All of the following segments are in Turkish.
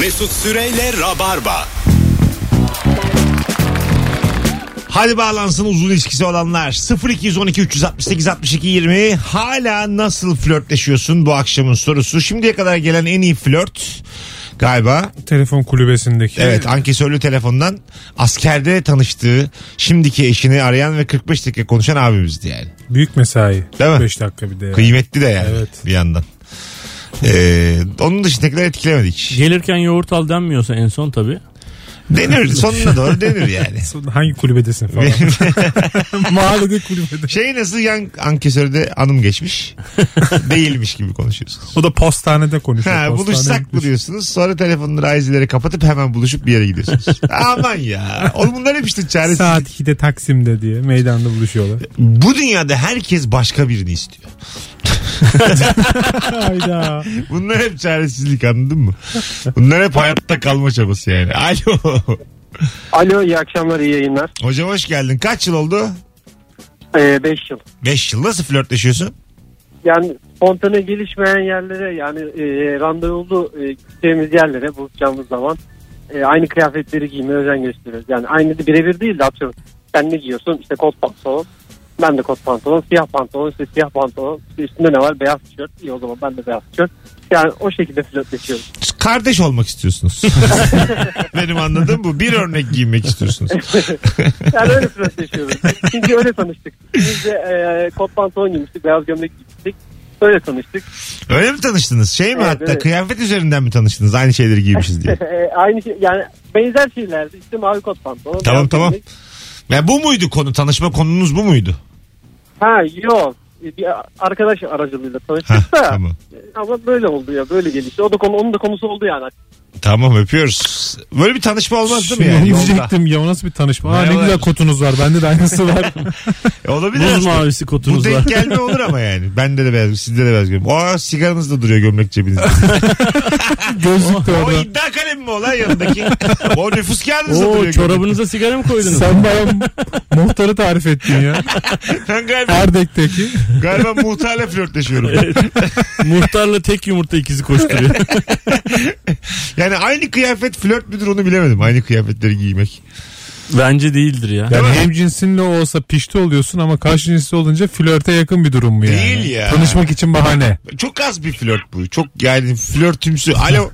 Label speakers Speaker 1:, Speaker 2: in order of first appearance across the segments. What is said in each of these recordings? Speaker 1: Mesut Süreyle Rabarba.
Speaker 2: Hadi bağlansın uzun ilişkisi olanlar. 0212 368 62 20 hala nasıl flörtleşiyorsun bu akşamın sorusu. Şimdiye kadar gelen en iyi flört galiba
Speaker 3: Telefon kulübesindeki.
Speaker 2: evet ankesörlü telefondan askerde tanıştığı şimdiki eşini arayan ve 45 dakika konuşan abimizdi yani.
Speaker 3: Büyük mesai.
Speaker 2: Değil mi?
Speaker 3: 5 dakika bir de. ya.
Speaker 2: Kıymetli de yani
Speaker 3: Evet.
Speaker 2: bir yandan. Ee, onun dışındakiler etkilemedik.
Speaker 4: Gelirken yoğurt al denmiyorsa en son tabii.
Speaker 2: Denir sonuna doğru denir yani.
Speaker 3: Hangi kulübedesin falan. Mahallede kulübede.
Speaker 2: Şey nasıl yan ankesörde anım geçmiş değilmiş gibi konuşuyorsunuz.
Speaker 3: O da postanede konuşuyor.
Speaker 2: Ha,
Speaker 3: Postaneye
Speaker 2: buluşsak mı
Speaker 3: gitmiş.
Speaker 2: diyorsunuz sonra telefonları aizileri kapatıp hemen buluşup bir yere gidiyorsunuz. Aman ya. Oğlum bunlar hep işte çaresiz.
Speaker 3: Saat 2'de Taksim'de diye meydanda buluşuyorlar.
Speaker 2: Bu dünyada herkes başka birini istiyor.
Speaker 3: Hayda.
Speaker 2: Bunlar hep çaresizlik anladın mı? Bunlar hep hayatta kalma çabası yani. Alo.
Speaker 5: Alo iyi akşamlar iyi yayınlar.
Speaker 2: Hocam hoş geldin. Kaç yıl oldu?
Speaker 5: 5 yıl.
Speaker 2: 5 yıl. Nasıl flörtleşiyorsun?
Speaker 5: Yani spontane gelişmeyen yerlere yani e, randevulu e, gideceğimiz yerlere buluşacağımız zaman e, aynı kıyafetleri giymeye özen gösteriyoruz. Yani aynı de birebir değil de atıyorum. Sen ne giyiyorsun? İşte kot pantolon. Ben de kot pantolon. Siyah pantolon. işte siyah pantolon. İşte üstünde ne var? Beyaz tişört. İyi o zaman ben de beyaz tişört. Yani o şekilde flörtleşiyoruz.
Speaker 2: Kardeş olmak istiyorsunuz. Benim anladığım bu. Bir örnek giymek istiyorsunuz.
Speaker 5: Yani öyle flörtleşiyoruz. Çünkü öyle tanıştık. Biz de e, kot pantolon giymiştik. Beyaz gömlek giymiştik. Öyle tanıştık.
Speaker 2: Öyle mi tanıştınız? Şey mi
Speaker 5: Evet,
Speaker 2: hatta
Speaker 5: evet.
Speaker 2: kıyafet üzerinden mi tanıştınız? Aynı şeyleri giymişiz diye.
Speaker 5: Ee, aynı şey yani benzer şeylerdi. İşte mavi kot pantolon.
Speaker 2: Tamam,
Speaker 5: beyaz
Speaker 2: tamam.
Speaker 5: gömlek.
Speaker 2: Ya bu muydu konu? Tanışma konunuz bu muydu?
Speaker 5: Ha yok. Ee, Bir arkadaş aracılığıyla
Speaker 2: Hah,
Speaker 5: tanıştık da.
Speaker 2: tamam.
Speaker 5: Ama böyle oldu ya böyle gelişti. O da konu, onun da konusu oldu yani.
Speaker 2: Tamam öpüyoruz. Böyle bir tanışma olmaz değil mi
Speaker 3: Şimdi onu
Speaker 2: yani? Yolda.
Speaker 3: diyecektim ya o nasıl bir tanışma. Aa, ne
Speaker 2: Merhabalar.
Speaker 3: güzel kotunuz var. Bende de aynısı var.
Speaker 2: E, olabilir
Speaker 4: Buz
Speaker 2: aslında.
Speaker 4: mavisi
Speaker 2: Bu
Speaker 4: kotunuz var.
Speaker 2: denk gelme olur ama yani. Bende de beyaz, sizde de beyaz gömlek. Aa sigaranız da duruyor gömlek cebinizde.
Speaker 3: Gözlük de
Speaker 2: o
Speaker 3: orada.
Speaker 2: iddia kalemi mi o lan yanındaki? o nüfus kağıdınız da
Speaker 4: Oo
Speaker 2: duruyor gömlek.
Speaker 4: çorabınıza sigara mı koydunuz?
Speaker 3: Sen bana muhtarı tarif ettin ya.
Speaker 2: Ben galiba,
Speaker 3: Erdek'teki.
Speaker 2: galiba muhtarla flörtleşiyorum.
Speaker 4: Muhtarla tek yumurta ikizi koşturuyor.
Speaker 2: Yani aynı kıyafet flört müdür onu bilemedim. Aynı kıyafetleri giymek.
Speaker 4: Bence değildir ya.
Speaker 3: Yani hem cinsinle olsa pişti oluyorsun ama karşı cinsli olunca flörte yakın bir durum mu yani?
Speaker 2: Değil ya.
Speaker 3: Tanışmak için bahane.
Speaker 2: Çok az bir flört bu. Çok yani flörtümsü. Alo.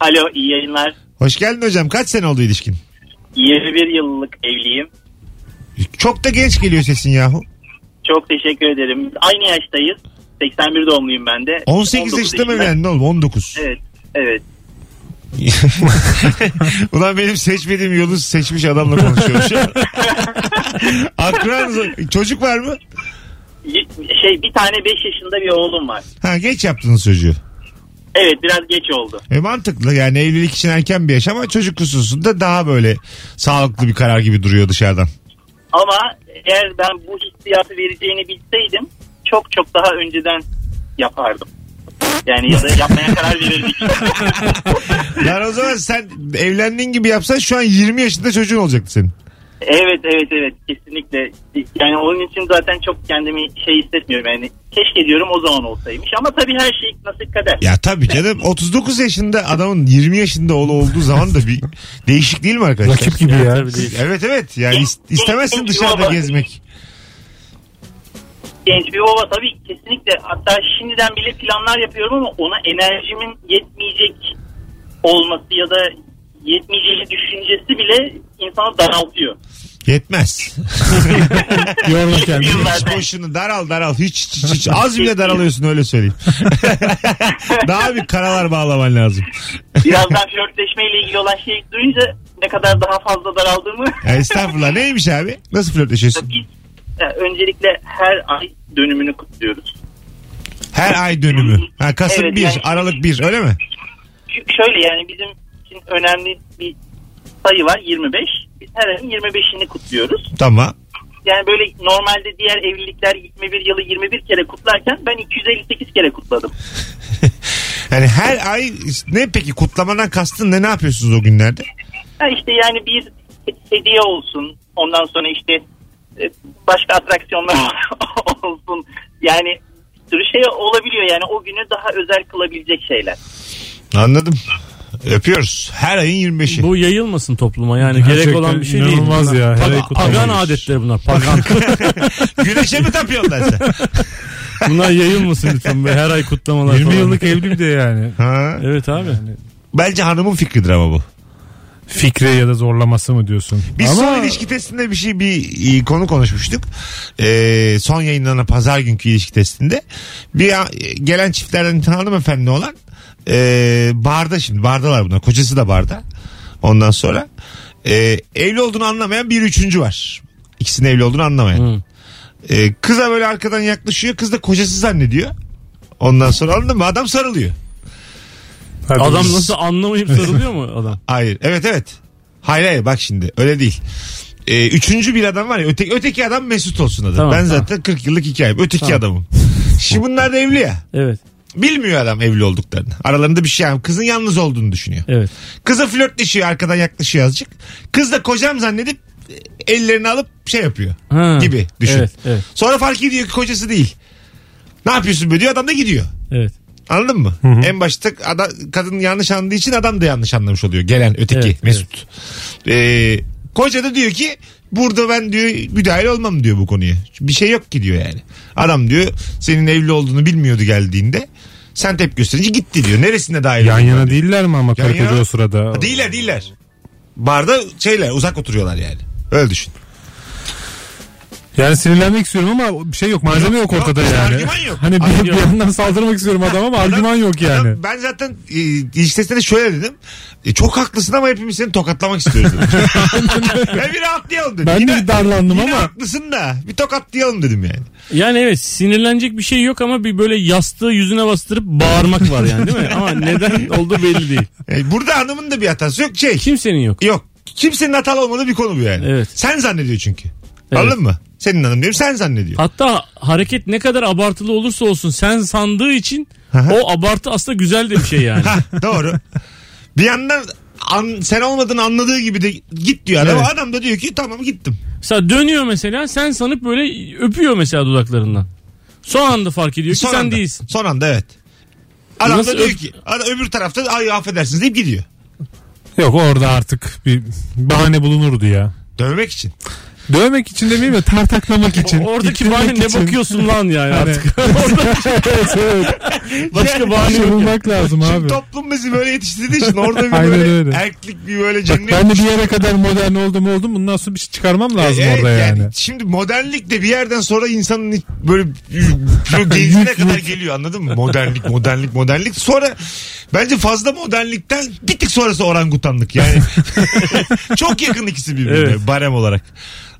Speaker 6: Alo iyi yayınlar.
Speaker 2: Hoş geldin hocam. Kaç sene oldu ilişkin?
Speaker 6: 21 yıllık evliyim.
Speaker 2: Çok da genç geliyor sesin yahu.
Speaker 6: Çok teşekkür ederim. Aynı yaştayız. 81 doğumluyum ben de.
Speaker 2: 18 yaşında mı evlendin oğlum? 19.
Speaker 6: Evet. Evet.
Speaker 2: Ulan benim seçmediğim yolu seçmiş adamla konuşuyormuş. Akranız çocuk var mı?
Speaker 6: Y- Şey bir tane 5 yaşında bir oğlum var.
Speaker 2: Ha geç yaptınız çocuğu.
Speaker 6: Evet biraz geç oldu.
Speaker 2: E mantıklı yani evlilik için erken bir yaş ama çocuk hususunda daha böyle sağlıklı bir karar gibi duruyor dışarıdan.
Speaker 6: Ama eğer ben bu hissiyatı vereceğini bilseydim çok çok daha önceden yapardım. Yani ya da yapmaya karar verirdik.
Speaker 2: Yani o zaman sen evlendiğin gibi yapsan şu an 20 yaşında çocuğun olacaktı senin.
Speaker 6: evet evet evet kesinlikle. Yani onun için zaten çok kendimi şey hissetmiyorum yani. Keşke diyorum o zaman olsaymış ama tabii her şey nasip kader.
Speaker 2: Ya tabii canım 39 yaşında adamın 20 yaşında oğlu olduğu zaman da bir değişik değil mi arkadaşlar?
Speaker 3: Rakip gibi ya.
Speaker 4: Tabii değil.
Speaker 2: Evet evet yani is- istemezsin dışarıda gezmek.
Speaker 6: genç bir baba tabii kesinlikle hatta şimdiden bile planlar yapıyorum ama ona enerjimin yetmeyecek olması ya da yetmeyeceği düşüncesi bile insanı daraltıyor.
Speaker 2: Yetmez.
Speaker 3: Yorma kendini.
Speaker 2: Hiç boşunu daral daral hiç, hiç, hiç. az bile daralıyorsun öyle söyleyeyim. Daha bir karalar bağlaman lazım.
Speaker 6: Birazdan flörtleşmeyle ilgili olan şeyi duyunca ne kadar daha fazla daraldığımı
Speaker 2: Ya estağfurullah neymiş abi? Nasıl flörtleşiyorsun?
Speaker 6: biz e, öncelikle her ay dönümünü kutluyoruz.
Speaker 2: Her ay dönümü. Ha, Kasım
Speaker 6: Evet,
Speaker 2: 1,
Speaker 6: yani-
Speaker 2: Aralık 1 öyle mi?
Speaker 6: Çünkü şöyle yani bizim için önemli bir sayı var 25. Biz her ayın 25'ini kutluyoruz.
Speaker 2: Tamam.
Speaker 6: Yani böyle normalde diğer evlilikler 21 yılı 21 kere kutlarken ben 258 kere kutladım.
Speaker 2: Yani her ay ne peki kutlamadan kastın ne ne yapıyorsunuz o günlerde?
Speaker 6: Ha işte yani bir hediye olsun. Ondan sonra işte e, başka atraksiyonlar olsun. Yani bir sürü şey olabiliyor yani o günü daha özel kılabilecek şeyler.
Speaker 2: Anladım. Öpüyoruz. Her ayın 25'i.
Speaker 4: Bu yayılmasın topluma yani gerek
Speaker 3: Gerçekten
Speaker 4: olan bir şey değil.
Speaker 3: inanılmaz ya.
Speaker 4: Bunlar
Speaker 3: Her
Speaker 4: paga-
Speaker 3: ay kutlamayız.
Speaker 4: pagan adetleri bunlar. Pagan.
Speaker 2: Güneşe mi tapıyorsun lan sen?
Speaker 4: bunlar yayılmasın lütfen. Böyle her ay kutlamalar
Speaker 3: 20
Speaker 4: falan.
Speaker 3: yıllık evli bir de yani.
Speaker 2: Ha?
Speaker 4: Evet abi.
Speaker 2: Bence hanımın fikridir ama bu.
Speaker 3: Fikre ya da zorlaması mı diyorsun?
Speaker 2: Biz
Speaker 3: Ama
Speaker 2: son ilişki testinde bir şey bir e, konu konuşmuştuk. Ee, son yayınlanan pazar günkü ilişki testinde bir a- e, gelen çiftlerden hanımefendi olan e, barda şimdi bardalar bunlar. Kocası da barda. Ondan sonra e, evli olduğunu anlamayan bir üçüncü var. İkisinin evli olduğunu anlamayan.
Speaker 4: Hı.
Speaker 2: E, kıza böyle arkadan yaklaşıyor. Kız da kocası zannediyor. Ondan sonra anladın mı? Adam sarılıyor.
Speaker 3: hadi
Speaker 4: Adam
Speaker 3: biz-
Speaker 4: nasıl anlamayıp sarılıyor mu adam?
Speaker 2: Hayır. Evet evet. Hayır hayır bak şimdi öyle değil. Ee, üçüncü bir adam var ya öteki, öteki adam Mesut olsun adı.
Speaker 4: Tamam,
Speaker 2: ben
Speaker 4: tamam.
Speaker 2: zaten 40 yıllık hikayem. Öteki
Speaker 4: Tamam.
Speaker 2: adamım. Şimdi bunlar da evli ya.
Speaker 4: Evet.
Speaker 2: Bilmiyor adam evli olduklarını. Aralarında bir şey yok. Kızın yalnız olduğunu düşünüyor.
Speaker 4: Evet.
Speaker 2: Kıza flörtleşiyor arkadan yaklaşıyor azıcık. Kız da kocam zannedip e, ellerini alıp şey yapıyor.
Speaker 4: Ha.
Speaker 2: Gibi düşün.
Speaker 4: Evet. Evet.
Speaker 2: Sonra fark ediyor ki kocası değil. Ne yapıyorsun be diyor adam da gidiyor.
Speaker 4: Evet.
Speaker 2: Anladın mı? En başta ada, kadın yanlış anladığı için adam da yanlış anlamış oluyor. Gelen öteki
Speaker 4: Evet,
Speaker 2: Mesut. Ee, koca da diyor ki burada ben diyor müdahil olmam diyor bu konuya. Bir şey yok ki diyor yani. Adam diyor senin evli olduğunu bilmiyordu geldiğinde. Sen tepki gösterince gitti diyor. Neresinde dahil
Speaker 3: Yan
Speaker 2: oldun
Speaker 3: yana
Speaker 2: ben diyor.
Speaker 3: değiller mi ama karı
Speaker 2: yana-
Speaker 3: koca o sırada?
Speaker 2: Değiller değiller. Barda şeyler uzak oturuyorlar yani. Öyle düşün.
Speaker 3: Yani sinirlenmek istiyorum ama bir şey yok malzeme yok,
Speaker 2: yok,
Speaker 3: ortada
Speaker 2: yok,
Speaker 3: yani.
Speaker 2: argüman yok.
Speaker 3: Hani bir,
Speaker 4: Argüman
Speaker 3: bir
Speaker 4: yok.
Speaker 3: yandan saldırmak istiyorum adama ama argüman yok yani.
Speaker 2: Ya Ben zaten e, ilişkisine şöyle dedim. E, çok haklısın ama hepimiz seni tokatlamak istiyoruz dedim. ben bir rahatlayalım dedim.
Speaker 3: Ben de bir darlandım
Speaker 2: yine
Speaker 3: ama-
Speaker 2: haklısın da bir tokatlayalım dedim yani.
Speaker 4: Yani evet sinirlenecek bir şey yok ama bir böyle yastığı yüzüne bastırıp bağırmak var yani değil mi? Ama neden olduğu belli değil.
Speaker 2: E, burada hanımın da bir hatası yok. Şey
Speaker 4: Kimsenin yok.
Speaker 2: yok. Kimsenin hatalı olmadığı bir konu bu yani.
Speaker 4: Evet.
Speaker 2: Sen zannediyor çünkü.
Speaker 4: Evet.
Speaker 2: Anladın mı? Senin hanım diyorum sen zannediyor.
Speaker 4: Hatta hareket ne kadar abartılı olursa olsun sen sandığı için
Speaker 2: hı.
Speaker 4: o abartı aslında güzel de bir şey yani.
Speaker 2: Hah, doğru. bir yandan an- sen olmadığını anladığı gibi de git diyor adam.
Speaker 4: Evet.
Speaker 2: Adam da diyor ki tamam gittim.
Speaker 4: mesela dönüyor mesela sen sanıp böyle öpüyor mesela dudaklarından. Son anda fark ediyor ki
Speaker 2: Son
Speaker 4: sen
Speaker 2: anda.
Speaker 4: değilsin.
Speaker 2: Son anda evet. Adam
Speaker 4: Nasıl
Speaker 2: da diyor
Speaker 4: öp-
Speaker 2: ki adam öbür tarafta ay affedersiniz deyip gidiyor.
Speaker 3: Yok orada artık bir bahane bulunurdu ya.
Speaker 2: Dövmek için.
Speaker 3: Dövmek için demeyeyim de tartaklamak için.
Speaker 4: Oradaki
Speaker 3: ittirmek
Speaker 4: bahane ne
Speaker 3: için.
Speaker 4: bakıyorsun lan yani
Speaker 3: Hani-
Speaker 4: artık. Orada
Speaker 3: evet evet.
Speaker 4: başka
Speaker 3: Bir
Speaker 4: bahane
Speaker 3: şey
Speaker 4: yok. ya.
Speaker 3: bulmak lazım
Speaker 2: Şimdi
Speaker 3: abi.
Speaker 2: toplum bizi böyle yetiştirdiği için orada bir
Speaker 3: Aynen
Speaker 2: böyle
Speaker 3: öyle.
Speaker 2: erklik bir böyle
Speaker 3: Bak,
Speaker 2: cennet.
Speaker 3: ben de bir yere kadar modern oldum oldum bundan sonra bir şey çıkarmam lazım
Speaker 2: Evet,
Speaker 3: orada yani.
Speaker 2: Şimdi modernlik de bir yerden sonra insanın hiç böyle şu gençliğine
Speaker 3: Yük,
Speaker 2: kadar geliyor anladın mı? Modernlik, modernlik, modernlik. Sonra bence fazla modernlikten bir tık sonrası orangutanlık yani. Çok yakın ikisi birbirine
Speaker 4: Evet.
Speaker 2: barem olarak.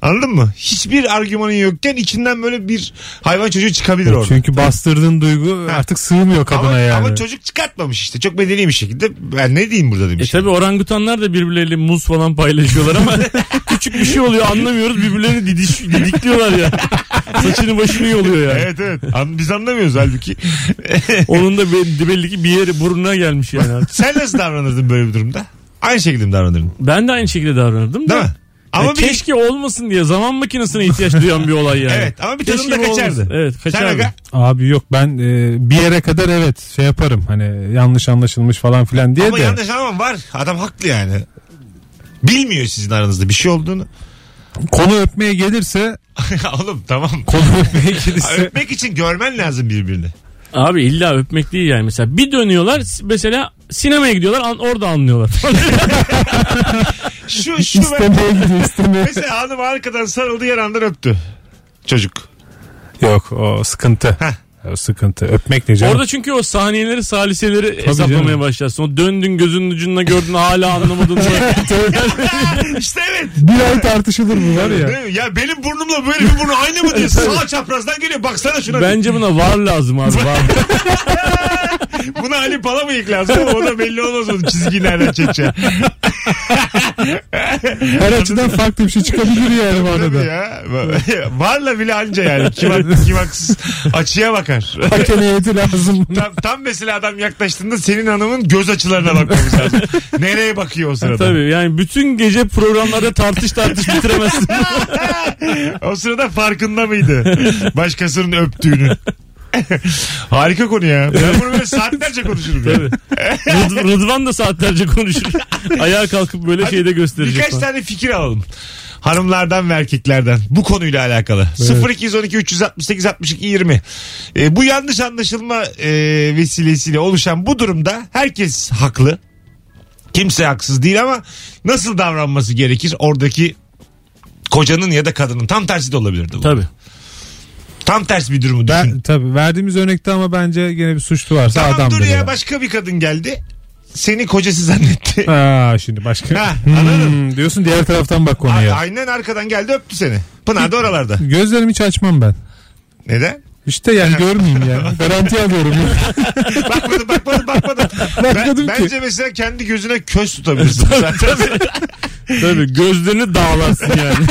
Speaker 2: Anladın mı? Hiçbir argümanın yokken içinden böyle bir hayvan çocuğu çıkabilir orada.
Speaker 3: E, Çünkü bastırdığın duygu artık sığmıyor kadına
Speaker 2: ama,
Speaker 3: yani.
Speaker 2: ama çocuk çıkartmamış işte. Çok medeni bir şekilde. Ben ne diyeyim burada
Speaker 4: E
Speaker 2: demiş.
Speaker 4: tabi orangutanlar da birbirleriyle muz falan paylaşıyorlar ama küçük bir şey oluyor anlamıyoruz birbirlerini didiş, didikliyorlar ya. Saçını başını yoluyor yani.
Speaker 2: Evet evet. An- Biz anlamıyoruz halbuki.
Speaker 4: Onun da be- belli ki bir yeri burnuna gelmiş yani. artık.
Speaker 2: Sen nasıl davranırdın böyle bir durumda? Aynı şekilde mi davranırdın?
Speaker 4: Ben de aynı şekilde davranırdım
Speaker 2: Değil
Speaker 4: da.
Speaker 2: mi?
Speaker 4: Ama
Speaker 2: Ama bir
Speaker 4: E, keşke olmasın diye zaman makinesine ihtiyaç duyan bir olay yani.
Speaker 2: Evet ama bir tadında
Speaker 4: Keşke bu
Speaker 2: kaçardı.
Speaker 4: olmasın. Evet
Speaker 2: Sen
Speaker 4: kaçardı.
Speaker 2: aga-
Speaker 3: Abi yok ben e, bir yere kadar evet şey yaparım hani yanlış anlaşılmış falan filan diye
Speaker 2: Ama
Speaker 3: E de.
Speaker 2: yanlış anlamam var. Adam haklı yani. Bilmiyor sizin aranızda bir şey olduğunu.
Speaker 3: Konu öpmeye gelirse
Speaker 2: Oğlum tamam.
Speaker 3: konu öpmeye
Speaker 2: Ha,
Speaker 3: gelirse
Speaker 2: Öpmek için görmen lazım birbirini.
Speaker 4: Abi illa öpmek değil yani mesela. Bir dönüyorlar mesela sinemaya gidiyorlar an- orada anlıyorlar.
Speaker 2: Şu şu ben,
Speaker 3: istemeye gidiyor istemeye.
Speaker 2: mesela hanım arkadan sarıldı yanından öptü. Çocuk.
Speaker 3: yok o sıkıntı. O sıkıntı. Öpmek ne canım?
Speaker 4: orada çünkü o saniyeleri saliseleri hesaplamaya
Speaker 3: canım.
Speaker 4: başlarsın. O döndün gözünün ucuna gördün hala anlamadın.
Speaker 2: İşte evet.
Speaker 3: bir ay tartışılır bu var ya.
Speaker 2: Değil mi? Ya benim burnumla böyle bir burnu aynı mı diye sağ çaprazdan geliyor. Baksana şuna.
Speaker 4: Bence buna var lazım abi var.
Speaker 2: Buna Ali Pala mıyık lazım? O da belli olmaz onun çizgiyi nereden çekeceği.
Speaker 3: Her açıdan farklı bir şey çıkabilir yani bu
Speaker 2: Tabii
Speaker 3: arada.
Speaker 2: ya. Varla bile anca yani. Kim, hak- kim haksız açıya bakar.
Speaker 3: Hakem heyeti lazım. buna.
Speaker 2: Tam, tam mesela adam yaklaştığında senin hanımın göz açılarına bakmamız lazım. Nereye bakıyor o sırada?
Speaker 4: E, Tabii yani bütün gece programlarda tartış tartış bitiremezsin.
Speaker 2: O sırada farkında mıydı? Başkasının öptüğünü. Harika konu ya. Ben bunu böyle saatlerce konuşurum. ya.
Speaker 4: Tabii. Rıd- Rıdvan da saatlerce konuşur. Ayağa kalkıp böyle şeyde gösterecek.
Speaker 2: Birkaç
Speaker 4: falan.
Speaker 2: tane fikir alalım. Hanımlardan ve erkeklerden bu konuyla alakalı. 0212 368 62 20. Ee, bu yanlış anlaşılma e, vesilesiyle oluşan bu durumda herkes haklı. Kimse haksız değil ama nasıl davranması gerekir oradaki kocanın ya da kadının tam tersi de olabilirdi bu.
Speaker 4: Tabii.
Speaker 2: Tam tersi bir durumu düşün.
Speaker 3: Ben, tabii verdiğimiz örnekte ama bence gene bir suçlu varsa
Speaker 2: tamam
Speaker 3: adam
Speaker 2: dur
Speaker 3: dedi.
Speaker 2: ya başka bir kadın geldi. Seni kocası zannetti.
Speaker 3: Aa, şimdi başka.
Speaker 2: Ha,
Speaker 3: Hmm,
Speaker 2: anladım.
Speaker 3: diyorsun diğer taraftan bak
Speaker 2: A-
Speaker 3: konuya.
Speaker 2: Aynen arkadan geldi öptü seni. Pınar da oralarda.
Speaker 3: Gözlerimi hiç açmam ben.
Speaker 2: Neden?
Speaker 3: İşte yani görmeyeyim yani. Garanti alıyorum.
Speaker 2: Bakmadım bakmadım bakmadım.
Speaker 3: Bakmadım
Speaker 2: ben,
Speaker 3: ki.
Speaker 2: Bence mesela kendi gözüne köz tutabilirsin. Zaten
Speaker 4: Tabii gözlerini dağlarsın yani.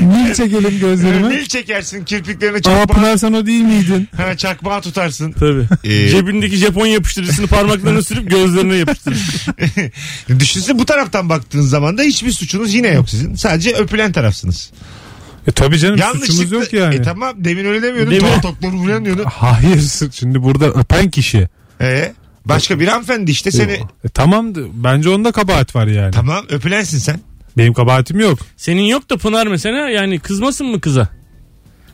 Speaker 3: Nil çekelim gözlerimi.
Speaker 2: mil çekersin kirpiklerine
Speaker 3: Aa
Speaker 2: çakma,
Speaker 3: Pınar sen o değil miydin?
Speaker 2: ha, çakmağı tutarsın.
Speaker 4: Tabii.
Speaker 2: Ee,
Speaker 4: Cebindeki Japon yapıştırıcısını parmaklarına sürüp gözlerine yapıştırır.
Speaker 2: Düşünsene bu taraftan baktığınız zaman da hiçbir suçunuz yine yok sizin. Sadece öpülen tarafsınız.
Speaker 3: E tabii canım suçumuz
Speaker 2: Yanlışlıkla.
Speaker 3: yok yani.
Speaker 2: E tamam demin öyle demiyordun.
Speaker 4: Demin-
Speaker 2: Demin... Tokları vurulan diyordun.
Speaker 3: Hayır şimdi burada öpen kişi.
Speaker 2: E, başka bir hanımefendi işte seni.
Speaker 3: E, tamam da- bence onda kabahat var yani.
Speaker 2: Tamam öpülensin sen.
Speaker 3: Benim kabahatim yok.
Speaker 4: Senin yok da Pınar mesela yani kızmasın mı kıza?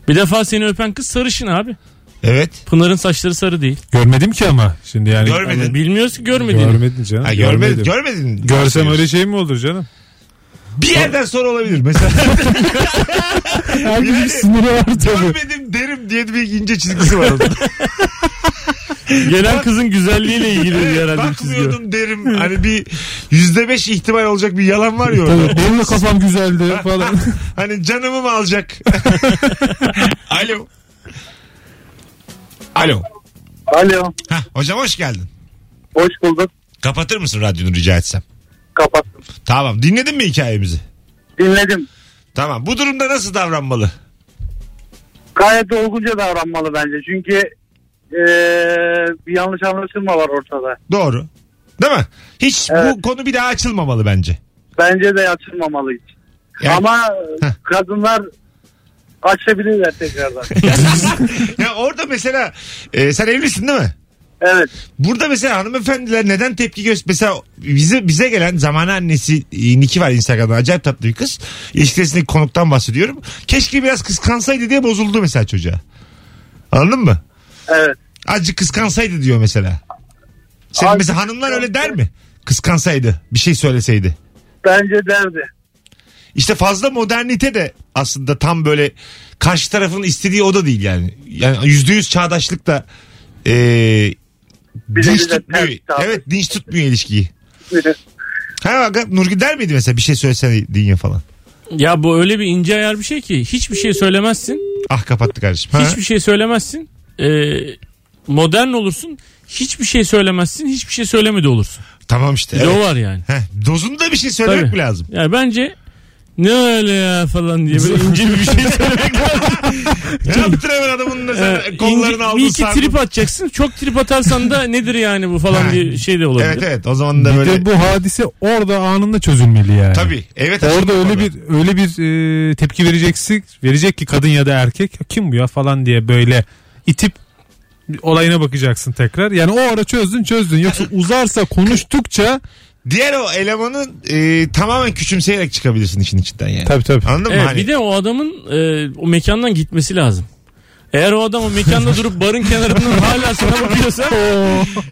Speaker 4: Bir defa seni öpen kız sarışın abi.
Speaker 2: Evet.
Speaker 4: Pınar'ın saçları sarı değil.
Speaker 3: Görmedim ki ama şimdi yani.
Speaker 2: Görmedin.
Speaker 4: Yani bilmiyoruz ki görmediğini.
Speaker 3: Görmedin canım.
Speaker 2: Ha,
Speaker 3: görmedim.
Speaker 2: görmedin. Görmedin.
Speaker 3: Görsem öyle şey mi olur canım?
Speaker 2: Bir yerden sonra olabilir. Mesela
Speaker 3: Herkes
Speaker 2: Yani-
Speaker 3: bir sınırı var tabii.
Speaker 2: görmedim derim diye bir ince çizgisi var. orada.
Speaker 4: Gelen kızın güzelliğiyle ilgili bir herhalde bir çizgi. var.
Speaker 2: Bakmıyordum derim. Hani bir yüzde beş ihtimal olacak bir yalan var ya orada.
Speaker 3: Tabii, benim de kafam güzeldi falan.
Speaker 2: Hani canımı mı alacak? Alo. Alo.
Speaker 5: Alo.
Speaker 2: Hah, hocam hoş geldin.
Speaker 5: Hoş bulduk.
Speaker 2: Kapatır mısın radyonu rica etsem?
Speaker 5: Kapattım.
Speaker 2: Tamam. Dinledin mi hikayemizi?
Speaker 5: Dinledim.
Speaker 2: Tamam. Bu durumda nasıl davranmalı?
Speaker 5: Gayet olgunca davranmalı bence. Çünkü eee, bir yanlış anlaşılma var ortada.
Speaker 2: Doğru. Değil mi? Hiç bu
Speaker 5: Evet.
Speaker 2: konu bir daha açılmamalı bence.
Speaker 5: Bence de açılmamalı hiç.
Speaker 2: Yani-
Speaker 5: Ama
Speaker 2: Heh.
Speaker 5: kadınlar açabilirler tekrardan.
Speaker 2: Ya orada mesela e, sen evlisin değil mi?
Speaker 5: evet.
Speaker 2: Burada mesela hanımefendiler neden tepki göster mesela bize bize gelen zamana annesi e, Niki var Instagram'da acayip tatlı bir kız. İlişkisindeki konuktan bahsediyorum. Keşke biraz kıskansaydı diye bozuldu mesela çocuğa. Anladın mı?
Speaker 5: Evet.
Speaker 2: Azıcık kıskansaydı diyor mesela. Senin
Speaker 5: Azıcık
Speaker 2: mesela hanımlar öyle der mi? Kıskansaydı, bir şey söyleseydi.
Speaker 5: Bence derdi.
Speaker 2: İşte fazla modernite de aslında tam böyle karşı tarafın istediği o da değil yani. Yani yüzde yüz çağdaşlık da e,
Speaker 5: Bize
Speaker 2: dinç
Speaker 5: bir de
Speaker 2: tutmuyor.
Speaker 5: ters çağdaş. şey.
Speaker 2: Evet dinç tutmuyor ilişkiyi. Ha aga Nurgül der miydi mesela bir şey söylesene dünya falan.
Speaker 4: Ya bu öyle bir ince ayar bir şey ki hiçbir şey söylemezsin.
Speaker 2: Ah kapattı kardeşim. Ha?
Speaker 4: Hiçbir şey söylemezsin. Ee, modern olursun. Hiçbir şey söylemezsin. Hiçbir şey söylemedi olursun.
Speaker 2: Tamam işte.
Speaker 4: Bir de
Speaker 2: Evet.
Speaker 4: o var yani.
Speaker 2: Heh, dozunda bir şey söylemek
Speaker 4: Tabii.
Speaker 2: mi lazım?
Speaker 4: Ya bence ne öyle ya falan diye böyle ince bir şey söylemek lazım.
Speaker 2: Ne yaptın hemen adamın da sen
Speaker 4: Ee, ince-
Speaker 2: kollarını aldın
Speaker 4: bir iki
Speaker 2: sardın.
Speaker 4: trip atacaksın. Çok trip atarsan da nedir yani bu falan
Speaker 2: Ha.
Speaker 4: diye şey de olabilir.
Speaker 2: Evet evet o zaman da
Speaker 3: Bir
Speaker 2: böyle.
Speaker 3: de bu hadise orada anında çözülmeli yani.
Speaker 2: Tabii evet.
Speaker 3: Orada
Speaker 2: aslında
Speaker 3: öyle bir öyle bir e, tepki vereceksin. Verecek ki kadın ya da erkek kim bu ya falan diye böyle itip olayına bakacaksın tekrar. Yani o ara çözdün çözdün. Yoksa uzarsa konuştukça
Speaker 2: Diğer o elemanın e, tamamen küçümseyerek çıkabilirsin işin içinden yani.
Speaker 3: tabii tabii.
Speaker 2: Anladın mı?
Speaker 4: Evet,
Speaker 2: Hani,
Speaker 4: bir de o adamın e, o mekandan gitmesi lazım. Eğer o adam o mekanda durup barın kenarından hala sana bakıyorsa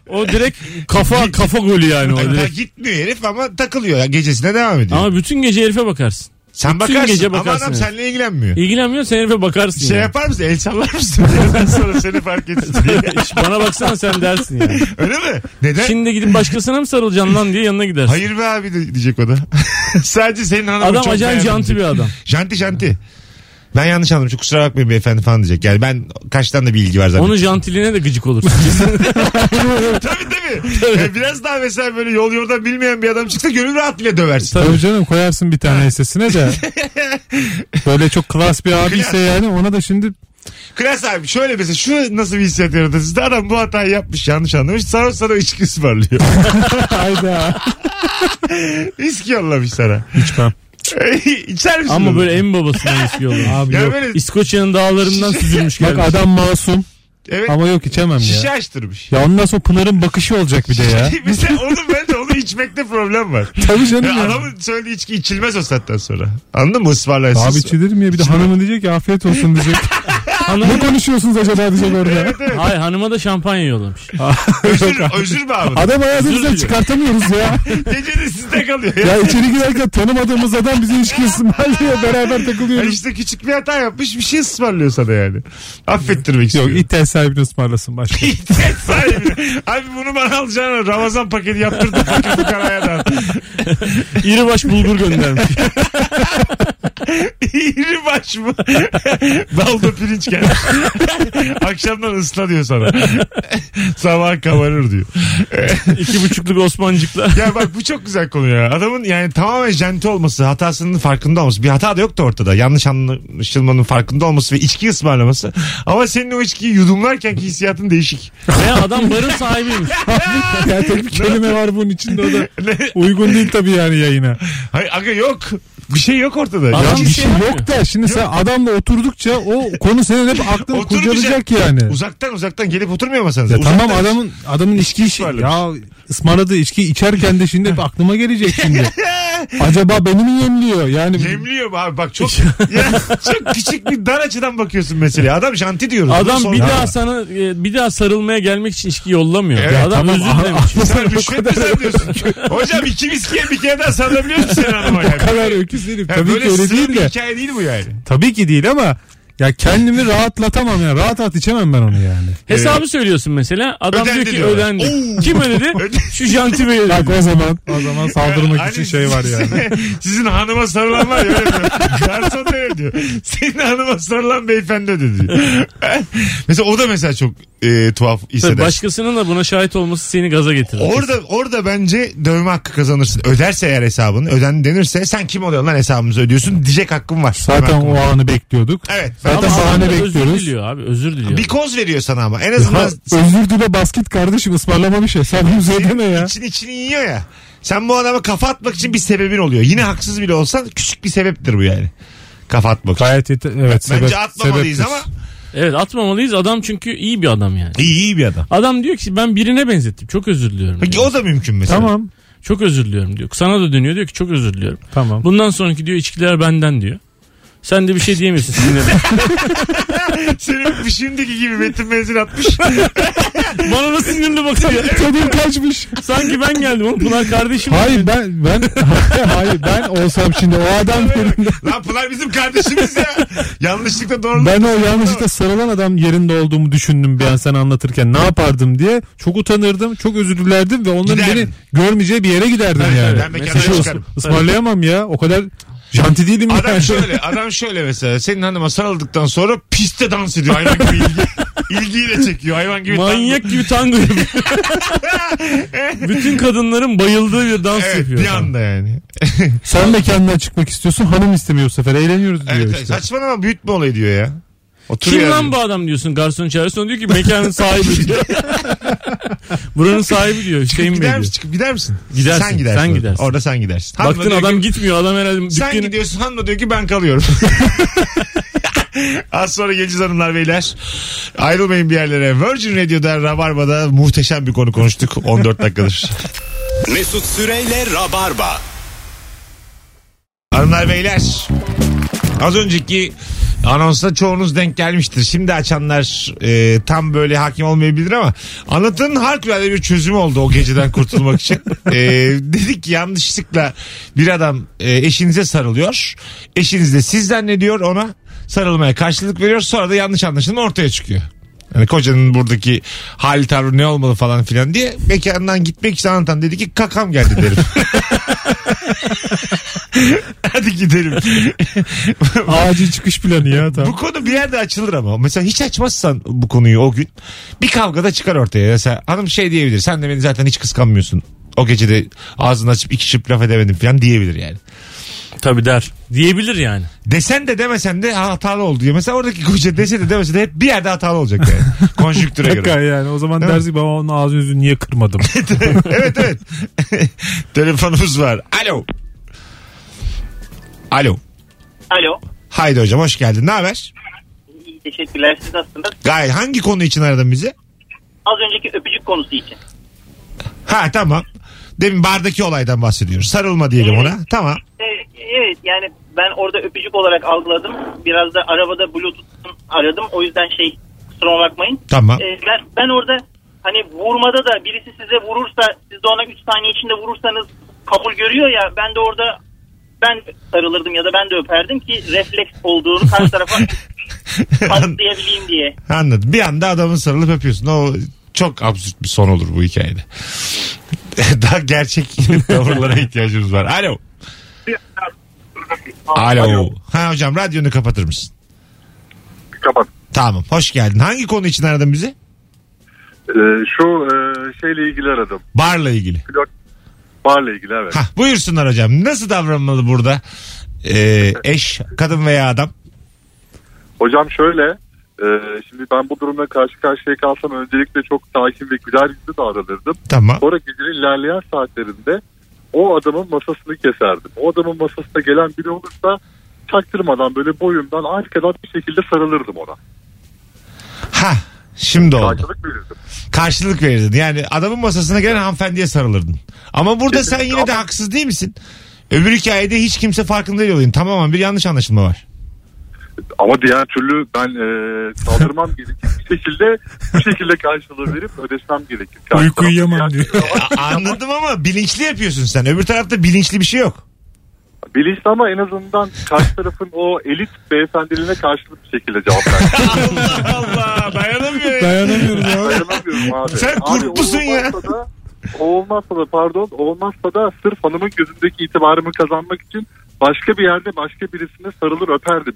Speaker 4: o direkt kafa kafa golü yani o
Speaker 2: Hatta
Speaker 4: direkt.
Speaker 2: hani gitmiyor herif ama takılıyor. ya, Gecesine devam ediyor.
Speaker 4: Ama bütün gece herife bakarsın.
Speaker 2: Sen
Speaker 4: bütün
Speaker 2: bakarsın
Speaker 4: gece
Speaker 2: ama
Speaker 4: bakarsın
Speaker 2: adam
Speaker 4: herif.
Speaker 2: seninle ilgilenmiyor.
Speaker 4: İlgilenmiyor sen herife bakarsın.
Speaker 2: Şey
Speaker 4: yani.
Speaker 2: yapar mısın? El sallar mısın? Yarından sonra seni fark etsin diye.
Speaker 4: Hiç Bana baksana sen dersin yani.
Speaker 2: Öyle mi? Neden?
Speaker 4: Şimdi gidip başkasına mı sarılacaksın lan diye yanına gidersin.
Speaker 2: Hayır be abi de- diyecek o da. Sadece senin hanımın
Speaker 4: Adam
Speaker 2: çok
Speaker 4: acayip
Speaker 2: beğendim
Speaker 4: janti
Speaker 2: diyecek.
Speaker 4: bir adam.
Speaker 2: Janti janti. Ben yanlış anladım. Çok kusura bakmayın beyefendi falan diyecek. Yani ben kaçtan da bilgi var zaten.
Speaker 4: Onun jantiliğine de gıcık olursun.
Speaker 2: Tabii tabii. Yani biraz daha mesela böyle yol yordan bilmeyen bir adam çıksa gönül rahatlığıyla döversin.
Speaker 3: Tabii canım koyarsın bir tane sesine de. Böyle çok klas bir abiyse yani ona da şimdi
Speaker 2: Klas abi şöyle mesela şu nasıl bir hissiyat yaratır sizde? Adam bu hatayı yapmış yanlış anlamış. Sana sana içki ısmarlıyor.
Speaker 3: hayda.
Speaker 2: İçki yollamış sana.
Speaker 3: İçmem.
Speaker 2: İçer misin?
Speaker 4: Ama
Speaker 2: onu?
Speaker 4: böyle en babasından istiyor olur.
Speaker 3: Abi
Speaker 2: Ya
Speaker 3: yok.
Speaker 2: böyle
Speaker 4: İskoçya'nın dağlarından süzülmüş
Speaker 3: Bak
Speaker 4: gelmiş.
Speaker 3: adam masum.
Speaker 2: Evet.
Speaker 3: Ama yok içemem
Speaker 2: Şişe
Speaker 3: ya.
Speaker 2: açtırmış.
Speaker 3: Ya ondan sonra Pınar'ın bakışı olacak bir de ya.
Speaker 2: Mesela oğlum ben de onu içmekte problem var.
Speaker 3: Tabii canım
Speaker 2: Ya
Speaker 3: ya.
Speaker 2: adamın söylediği içki içilmez o saatten sonra. Anladın mı ısrarla?
Speaker 3: Abi içilir mi ya? Bir de hanımın diyecek ki afiyet olsun diyecek. ne konuşuyorsunuz acaba diyecek orada.
Speaker 4: Hayır hanıma da şampanya yollamış.
Speaker 2: Özür, özür mü abi?
Speaker 3: Adam hayatımızdan çıkartamıyoruz ya.
Speaker 2: Gece de sizde kalıyor. Ya.
Speaker 3: ya içeri girerken tanımadığımız adam bizi ilişki ısmarlıyor. Beraber
Speaker 2: Ya
Speaker 3: takılıyoruz.
Speaker 2: işte küçük bir hata yapmış bir şey ısmarlıyor sana yani. Affettirmek istiyor.
Speaker 3: Yok ihtiyaç sahibini ısmarlasın başka.
Speaker 2: İhtiyaç sahibi. Abi bunu bana alacağına Ramazan paketi yaptırdın fakir fukaraya da.
Speaker 4: İri baş bulgur göndermiş.
Speaker 2: İri baş mı? Balda pirinç gelmiş. Akşamdan ısla diyor sana. Sabah kabarır diyor.
Speaker 4: İki buçukluk Osmancıkla.
Speaker 2: Ya bak bu çok güzel konu ya. Adamın yani tamamen jenti olması, hatasının farkında olması. Bir hata da yoktu ortada. Yanlış anlaşılmanın farkında olması ve içki ısmarlaması. Ama senin o içkiyi yudumlarken ki hissiyatın değişik.
Speaker 4: Veya adam barın sahibiymiş.
Speaker 3: ya tek bir kelime var bunun içinde o da
Speaker 2: Ne?
Speaker 3: uygun değil tabii yani yayına.
Speaker 2: Hayır aga yok. Bir şey yok ortada.
Speaker 4: Adam
Speaker 2: Ya
Speaker 3: Bir şey
Speaker 4: var
Speaker 3: yok da şimdi sen adamla oturdukça o konu senin hep aklını
Speaker 2: Oturmayacak.
Speaker 3: kurcalayacak yani.
Speaker 2: Uzaktan uzaktan gelip oturmuyor masanıza.
Speaker 3: Ya
Speaker 2: Uzaktan-
Speaker 3: tamam adamın adamın içki işi ya ısmarladığı içki içerken de şimdi hep aklıma gelecek şimdi. Acaba beni mi yemliyor? Yani
Speaker 2: Yemliyor mu abi bak çok ya, çok küçük bir dar açıdan bakıyorsun meseleye. Adam janti diyoruz. Bunun
Speaker 4: Adam
Speaker 2: sonu-
Speaker 4: bir daha sana e, bir daha sarılmaya gelmek için içki yollamıyor.
Speaker 2: Evet,
Speaker 4: adam
Speaker 3: tamam,
Speaker 4: özür demiş.
Speaker 2: şey Sen rüşvet mi zannediyorsun? Hocam iki viskiye bir kere daha sarılabiliyor musun sen hanıma yani?
Speaker 3: bu kadar öküz değilim.
Speaker 2: Ya
Speaker 3: Tabii
Speaker 2: böyle
Speaker 3: ki öyle
Speaker 2: sığ
Speaker 3: değil
Speaker 2: bir
Speaker 3: de.
Speaker 2: hikaye değil bu yani.
Speaker 3: Tabii ki değil ama ya kendimi rahatlatamam ya. Rahat rahat içemem ben onu yani.
Speaker 4: Hesabı söylüyorsun mesela. Adam
Speaker 2: Ödendi
Speaker 4: diyor ki
Speaker 2: diyorlar.
Speaker 4: ödendi. Kim ödedi? Şu janti bey ödedi.
Speaker 3: Bak o zaman o zaman saldırmak
Speaker 2: Hani
Speaker 3: için şey var yani.
Speaker 2: Sizin hanıma sarılan var ya öyle diyor. Garson da öyle diyor. Senin hanıma sarılan beyefendi öyle diyor. mesela o da mesela çok e, tuhaf
Speaker 4: Tabii
Speaker 2: hisseder.
Speaker 4: başkasının da buna şahit olması seni gaza getirir.
Speaker 2: Orada orada bence dövme hakkı kazanırsın. Öderse eğer hesabını, öden denirse sen kim oluyorsun lan hesabımızı ödüyorsun diyecek hakkım var.
Speaker 3: Zaten
Speaker 2: Hakkım
Speaker 3: o
Speaker 2: var.
Speaker 3: anı bekliyorduk.
Speaker 2: Evet.
Speaker 3: Zaten
Speaker 4: Ama adam
Speaker 3: bahane
Speaker 4: da Özür
Speaker 3: bekliyoruz.
Speaker 4: diliyor abi özür diliyor.
Speaker 2: Bir koz veriyor sana ama. En
Speaker 3: Ha,
Speaker 2: azından
Speaker 3: özür dile basket kardeşim ısmarlamamış ya. Sen bize ödeme ya.
Speaker 2: için içini yiyor ya. Sen bu adama kafa atmak için bir sebebin oluyor. Yine haksız bile olsan küçük bir sebeptir bu yani. Kafa atmak için.
Speaker 3: Gayet yete- evet sebep,
Speaker 2: Bence atmamalıyız
Speaker 3: sebeptir.
Speaker 2: ama
Speaker 4: Evet atmamalıyız adam çünkü iyi bir adam yani.
Speaker 2: iyi iyi bir adam.
Speaker 4: Adam diyor ki ben birine benzettim çok özür diliyorum.
Speaker 2: Peki
Speaker 4: diyor.
Speaker 2: o da mümkün mesela.
Speaker 3: Tamam
Speaker 4: Çok özür diliyorum diyor. Sana da dönüyor diyor ki çok özür diliyorum.
Speaker 3: tamam.
Speaker 4: Bundan sonraki diyor içkiler benden diyor. Sen de bir şey diyemiyorsun sinirlen.
Speaker 2: Senin şimdiki gibi Metin benzin atmış.
Speaker 4: Bana da sinirli bakıyor.
Speaker 3: Tadım kaçmış.
Speaker 4: Sanki ben geldim oğlum Pınar kardeşim.
Speaker 3: Hayır ben ben hayır ben olsam şimdi o adam yerinde
Speaker 2: Lan Pınar bizim kardeşimiz ya. Yanlışlıkla doğruluk.
Speaker 3: ben o yanlışlıkla sarılan adam yerinde olduğumu düşündüm bir an sen anlatırken ne yapardım diye çok utanırdım çok özür dilerdim ve onların
Speaker 2: Giderdin.
Speaker 3: beni görmeyeceği bir yere giderdim
Speaker 2: Evet,
Speaker 3: yani.
Speaker 2: evet, ben mekandan
Speaker 3: Suçu
Speaker 2: çıkarım.
Speaker 3: ıs- ısmarlayamam ya o kadar janti değilim
Speaker 2: Adam
Speaker 3: yani.
Speaker 2: şöyle, adam şöyle mesela senin hanıma sarıldıktan sonra piste dans ediyor hayvan gibi ilgi, ilgiyle çekiyor hayvan gibi.
Speaker 4: Manyak gibi tango yapıyor. Bütün kadınların bayıldığı bir dans
Speaker 2: dans- Evet,
Speaker 4: yapıyor.
Speaker 2: bir anda yani.
Speaker 3: Sen mekandan çıkmak istiyorsun hanım istemiyor bu sefer eğleniyoruz diyor
Speaker 2: Evet, evet,
Speaker 3: işte.
Speaker 2: saçmalama büyütme olayı diyor ya. Oturuyor
Speaker 4: Kim
Speaker 2: yani.
Speaker 4: lan bu adam diyorsun garson çağırıyorsun O diyor ki mekanın sahibi diyor. Buranın sahibi diyor Hüseyin Bey
Speaker 2: Gider
Speaker 4: diyor.
Speaker 2: misin? Çıkıp Gider misin?
Speaker 4: Gidersin,
Speaker 2: Sen gidersin.
Speaker 4: sen
Speaker 2: orada.
Speaker 4: gidersin.
Speaker 2: Orada sen gidersin. Hanım
Speaker 4: Baktın
Speaker 2: diyor ki,
Speaker 4: adam gitmiyor adam
Speaker 2: sen
Speaker 4: herhalde dükkanı.
Speaker 2: gidiyorsun hanım diyor ki ben kalıyorum. Az sonra geleceğiz hanımlar beyler. Ayrılmayın bir yerlere. Virgin Radio'da Rabarba'da muhteşem bir konu konuştuk. 14 dakikadır.
Speaker 1: Mesut Süreyle Rabarba.
Speaker 2: Hanımlar beyler. Az önceki anonsa çoğunuz denk gelmiştir. Şimdi açanlar e, tam böyle hakim olmayabilir ama anlatının harikulade bir çözümü oldu o geceden kurtulmak için. E, dedik ki yanlışlıkla bir adam e, eşinize sarılıyor. Eşiniz de siz zannediyor ona sarılmaya karşılık veriyor. Sonra da yanlış anlaşılma ortaya çıkıyor. Yani kocanın buradaki hali tavrı ne olmalı falan filan diye mekandan gitmek için anlatan dedi ki kakam geldi derim. Hadi gidelim.
Speaker 3: Acil çıkış planı ya
Speaker 2: Bu
Speaker 3: tamam.
Speaker 2: konu bir yerde açılır ama. Mesela hiç açmazsan bu konuyu o gün bir kavgada çıkar ortaya. Mesela hanım şey diyebilir. Sen de beni zaten hiç kıskanmıyorsun. O gece de ağzını açıp iki çift laf edemedim falan diyebilir yani.
Speaker 4: Tabii der. Diyebilir yani.
Speaker 2: Desen de demesen de ha, hatalı oldu diye. Mesela oradaki koca dese de demese de hep bir yerde hatalı olacak yani. Konjüktüre
Speaker 3: Dakika
Speaker 2: göre.
Speaker 3: yani o zaman
Speaker 2: Değil mi?
Speaker 3: dersi baba onun ağzını yüzünü niye kırmadım?
Speaker 2: evet evet. Telefonumuz var. Alo. Alo.
Speaker 6: Alo.
Speaker 2: Haydi hocam hoş geldin. Ne haber?
Speaker 6: Teşekkürler siz aslında.
Speaker 2: Gayet hangi konu için aradın bizi?
Speaker 6: Az önceki öpücük konusu için.
Speaker 2: Ha tamam. Demin bardaki olaydan bahsediyoruz. Sarılma diyelim ona. Tamam.
Speaker 6: Evet, E, evet yani ben orada öpücük olarak algıladım. Biraz da arabada bluetooth'tan aradım. O yüzden şey kusuruma bakmayın.
Speaker 2: Tamam.
Speaker 6: Ee, ben, ben orada hani vurmada da birisi size vurursa siz de ona 3 saniye içinde vurursanız kabul görüyor ya ben de orada ben sarılırdım ya da ben de öperdim ki refleks olduğunu karşı tarafa Ee, patlayabileyim diye.
Speaker 2: Anladım. Bir anda adamın sarılıp öpüyorsun. O çok absürt bir son olur bu hikayede. Daha gerçek tavırlara ihtiyacımız var. Alo. Alo. Ha hocam radyonu kapatır mısın?
Speaker 7: Kapat.
Speaker 2: Tamam. Hoş geldin. Hangi konu için aradın bizi?
Speaker 7: Ee, şu e, şeyle ilgili aradım.
Speaker 2: Barla ilgili.
Speaker 7: Flört barla ilgili evet.
Speaker 2: Hah, buyursunlar hocam. Nasıl davranmalı burada? Ee, eş, kadın veya adam.
Speaker 7: Hocam şöyle e, şimdi ben bu durumla karşı karşıya kalsam öncelikle çok sakin ve güler yüzlü davranırdım.
Speaker 2: Tamam.
Speaker 7: Sonra gecenin ilerleyen saatlerinde o adamın masasını keserdim. O adamın masasına gelen biri olursa çaktırmadan böyle boyumdan arkadan bir şekilde sarılırdım ona.
Speaker 2: Ha, şimdi oldu.
Speaker 7: Karşılık verirdim.
Speaker 2: Karşılık verirdin. Yani adamın masasına gelen hanımefendiye sarılırdın. Ama burada sen
Speaker 7: Kesinlikle.
Speaker 2: yine de haksız değil misin? Öbür hikayede hiç kimse farkında değil olayın. Tamamen bir yanlış anlaşılma var.
Speaker 7: Ama diğer türlü ben e, saldırmam gerekir. Bir şekilde bir şekilde karşılığı verip ödeşmem gerekir. Karşı
Speaker 3: Uyku
Speaker 7: taraf-
Speaker 3: uyuyamam
Speaker 7: Diğer-
Speaker 3: diyor.
Speaker 2: A- Anladım ama bilinçli yapıyorsun sen. Öbür tarafta bilinçli bir şey yok.
Speaker 7: Bilinçli ama en azından karşı tarafın o elit beyefendiliğine karşılık bir şekilde cevap ver.
Speaker 2: Allah Allah dayanamıyorum.
Speaker 3: Dayanamıyorum ya.
Speaker 7: Dayanamıyorum abi.
Speaker 2: Sen
Speaker 7: Abi
Speaker 2: kurtlusun ya.
Speaker 7: olmazsa da- O olmazsa da pardon o olmazsa da sırf hanımın gözündeki itibarımı kazanmak için başka bir yerde başka birisine sarılır öperdim.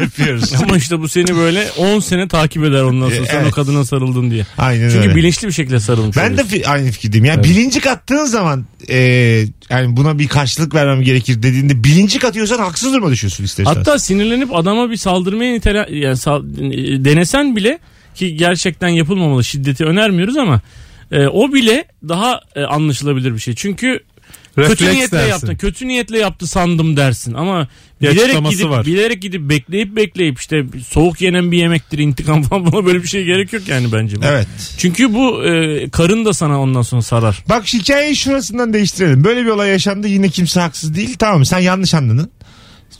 Speaker 2: Öpüyoruz.
Speaker 4: Ama işte bu seni böyle 10 sene takip eder ondan sonra
Speaker 2: E,
Speaker 4: sen
Speaker 2: evet.
Speaker 4: o kadına sarıldın diye.
Speaker 2: Aynen
Speaker 4: Çünkü
Speaker 2: öyle.
Speaker 4: bilinçli bir şekilde sarılmış.
Speaker 2: Ben de
Speaker 4: oluyorsun.
Speaker 2: fi- aynı fikirdeyim. Yani bilincik attığın zaman e, yani buna bir karşılık vermem gerekir dediğinde bilincik atıyorsan haksız duruma düşüyorsun istersen.
Speaker 4: Hatta sinirlenip adama bir saldırmaya nitele- yani sal- e, denesen bile ki gerçekten yapılmamalı şiddeti önermiyoruz ama e, o bile daha e, anlaşılabilir bir şey. Çünkü kötü
Speaker 3: Refleks
Speaker 4: niyetle
Speaker 3: dersin.
Speaker 4: yaptı. Kötü niyetle yaptı sandım dersin ama
Speaker 3: Bir
Speaker 4: bilerek
Speaker 3: açıklaması
Speaker 4: gidip
Speaker 3: var.
Speaker 4: bilerek gidip bekleyip bekleyip işte soğuk yenen bir yemektir intikam falan buna böyle bir şey gerek yok yani bence. bu.
Speaker 2: Evet.
Speaker 4: Çünkü bu e, karın da sana ondan sonra sarar.
Speaker 2: Bak hikayeyi şurasından değiştirelim. Böyle bir olay yaşandı yine kimse haksız değil. Tamam sen yanlış anladın.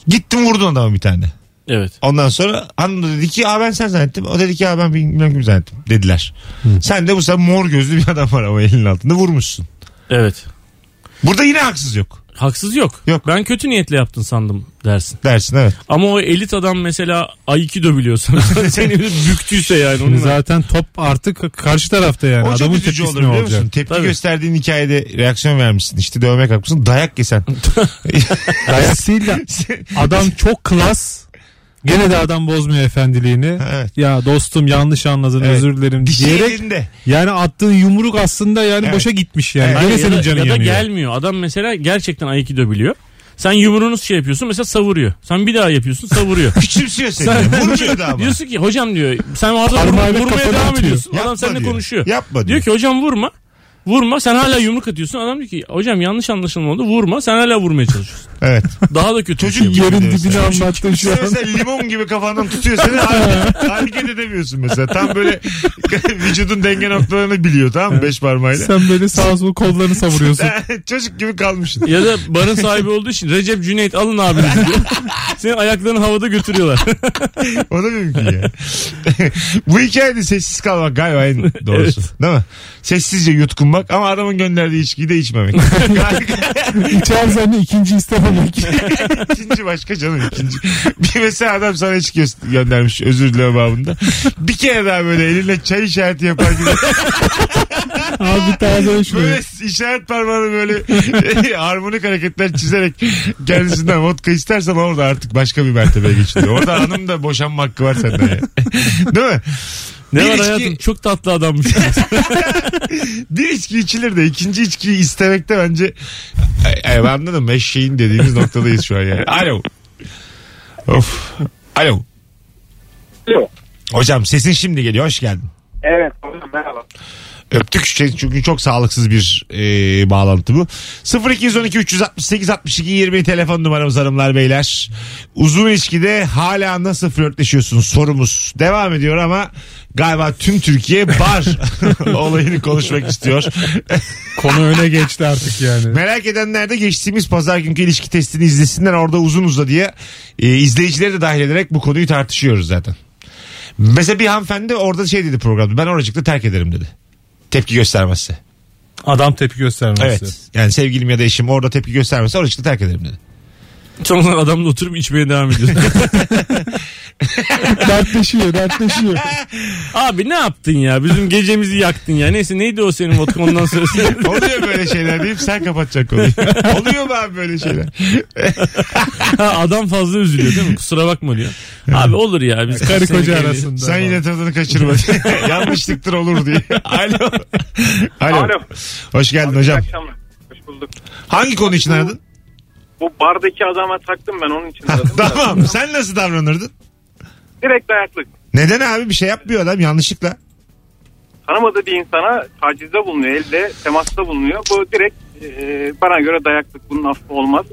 Speaker 2: Gittin vurdun adama bir tane.
Speaker 4: Evet.
Speaker 2: Ondan sonra hanım da dedi ki Aa, ben sen zannettim. O dedi ki Aa, ben bilmem kim zannettim dediler. Sen de bu sefer mor gözlü bir adam var ama elinin altında vurmuşsun.
Speaker 4: Evet.
Speaker 2: Burada yine haksız yok
Speaker 4: Haksız yok.
Speaker 2: Yok.
Speaker 4: Ben kötü niyetle yaptın sandım dersin.
Speaker 2: dersin evet.
Speaker 4: Ama o elit adam mesela aikido biliyorsun. Seni bir büktüyse yani
Speaker 3: Şimdi
Speaker 4: onunla.
Speaker 3: zaten top artık karşı tarafta yani.
Speaker 2: O çok
Speaker 3: Adamın
Speaker 2: üzücü
Speaker 3: tepkisi
Speaker 2: olur
Speaker 3: ne
Speaker 2: biliyor
Speaker 3: olacak?
Speaker 2: musun? Tepki
Speaker 4: Tabii.
Speaker 2: gösterdiğin hikayede reaksiyon vermişsin. İşte dövmek haklısın. Dayak yesen.
Speaker 3: Dolayısıyla adam çok klas. Gene de adam bozmuyor efendiliğini.
Speaker 2: Evet.
Speaker 3: Ya dostum yanlış anladın
Speaker 2: Evet.
Speaker 3: özür dilerim
Speaker 2: Dişi
Speaker 3: diyerek
Speaker 2: elinde.
Speaker 3: yani attığın yumruk aslında yani
Speaker 2: Evet.
Speaker 3: boşa gitmiş yani.
Speaker 2: Evet.
Speaker 3: Gene
Speaker 4: Ya
Speaker 3: senin
Speaker 4: da-
Speaker 3: canın
Speaker 4: ya da
Speaker 3: yanıyor.
Speaker 4: gelmiyor. Adam mesela gerçekten aikido biliyor. Sen yumruğunu şey yapıyorsun mesela savuruyor. Sen bir daha yapıyorsun savuruyor.
Speaker 2: Küçümsüyor seni.
Speaker 4: Sen-
Speaker 2: Vurmuyor da ama.
Speaker 4: Diyorsun ki hocam diyor. Sen orada
Speaker 3: Parmağıyla
Speaker 4: vurma- vurmaya
Speaker 3: kafana
Speaker 4: devam
Speaker 3: atıyor.
Speaker 4: ediyorsun.
Speaker 2: Yapma
Speaker 4: adam seninle
Speaker 2: diyor.
Speaker 4: konuşuyor.
Speaker 2: Yapma diyor.
Speaker 4: Diyor ki hocam vurma. Vurma sen hala yumruk atıyorsun. Adam diyor ki hocam yanlış anlaşılma oldu. Vurma sen hala vurmaya çalışıyorsun.
Speaker 2: Evet.
Speaker 4: Daha da kötü. bir
Speaker 2: Çocuk
Speaker 4: şey bu.
Speaker 3: Yerin
Speaker 2: Diyorsun.
Speaker 3: dibini anlattım şu
Speaker 2: Sen
Speaker 3: an.
Speaker 2: mesela limon gibi kafandan tutuyor seni har- hareket edemiyorsun mesela. Tam böyle vücudun denge noktalarını biliyor tamam mı? Beş parmağıyla.
Speaker 3: Sen böyle sağa sola kollarını savuruyorsun.
Speaker 2: Çocuk gibi kalmışsın.
Speaker 4: Ya da barın sahibi olduğu için Recep Cüneyt alın abinizi diyor. Senin ayaklarını havada götürüyorlar.
Speaker 2: O da mümkün ya. Bu hikayede sessiz kalmak galiba en doğrusu. Değil mi? Sessizce yutkunmak ama adamın gönderdiği içkiyi de içmemek.
Speaker 3: İçersen de ikinci istememek.
Speaker 2: İkinci başka canım ikinci. Bir mesela adam sana içki gö- göndermiş özür diliyorum babında. Bir kere daha böyle elinle çay işareti yapar gibi.
Speaker 3: Abi taze şuraya.
Speaker 2: Böyle işaret parmağını böyle harmonik hareketler çizerek kendisinden vodka istersem orada artık başka bir mertebeye geçiliyor. Orada hanım da boşanma hakkı var senden ya. Değil mi?
Speaker 4: Ne
Speaker 2: Bir
Speaker 4: var
Speaker 2: içki-
Speaker 4: hayatım çok tatlı adammış.
Speaker 2: Bir içki içilir de ikinci içkiyi istemekte bence ay, ay, anladın mı? Eşeğin dediğimiz noktadayız şu an yani. Alo. Of. Alo.
Speaker 5: Alo.
Speaker 2: Hocam sesin şimdi geliyor. Hoş geldin.
Speaker 5: Evet merhaba.
Speaker 2: Öptük şey çünkü çok sağlıksız bir e, bağlantı bu. 0212 368 62 20 telefon numaramız hanımlar beyler. Uzun ilişkide hala nasıl flörtleşiyorsun sorumuz devam ediyor ama galiba tüm Türkiye bar olayını konuşmak istiyor.
Speaker 3: Konu öne geçti artık yani.
Speaker 2: Merak edenler de geçtiğimiz pazar günkü ilişki testini izlesinler orada uzun uzla diye e, izleyicileri de dahil ederek bu konuyu tartışıyoruz zaten. Mesela bir hanımefendi orada şey dedi programda ben oracıkta terk ederim dedi. Tepki göstermezse.
Speaker 3: Adam tepki göstermesi.
Speaker 2: Evet. Yani sevgilim ya da eşim orada tepki göstermezse oracıkta terk ederim dedi.
Speaker 4: Sonra adamla oturup içmeye devam ediyor.
Speaker 3: dertleşiyor, dertleşiyor.
Speaker 4: Abi ne yaptın ya? Bizim gecemizi yaktın ya. Neyse neydi o senin vodka ondan sonra.
Speaker 2: Oluyor böyle şeyler deyip sen kapatacak konuyu. Oluyor mu abi böyle şeyler?
Speaker 4: Ha, adam fazla üzülüyor değil mi? Kusura bakma diyor. Abi olur ya biz
Speaker 3: Karı
Speaker 4: seni
Speaker 3: koca
Speaker 4: kendi-
Speaker 3: arasında.
Speaker 2: sen yine tadını kaçırma diye. Yanlışlıktır olur diye. Alo. Alo.
Speaker 8: Alo.
Speaker 2: Hoş geldin
Speaker 8: Abi,
Speaker 2: hocam.
Speaker 8: iyi akşamlar. Hoş bulduk.
Speaker 2: Hangi konu için aradın?
Speaker 8: Bu bardaki adama taktım ben onun için. aradım da.
Speaker 2: tamam. Sen nasıl davranırdın?
Speaker 8: Direkt dayaklık.
Speaker 2: Neden abi bir şey yapmıyor adam yanlışlıkla.
Speaker 8: Tanımadığı bir insana tacizde bulunuyor. Elle temasta bulunuyor. Bu direkt e, bana göre dayaklık. Bunun affı olmaz.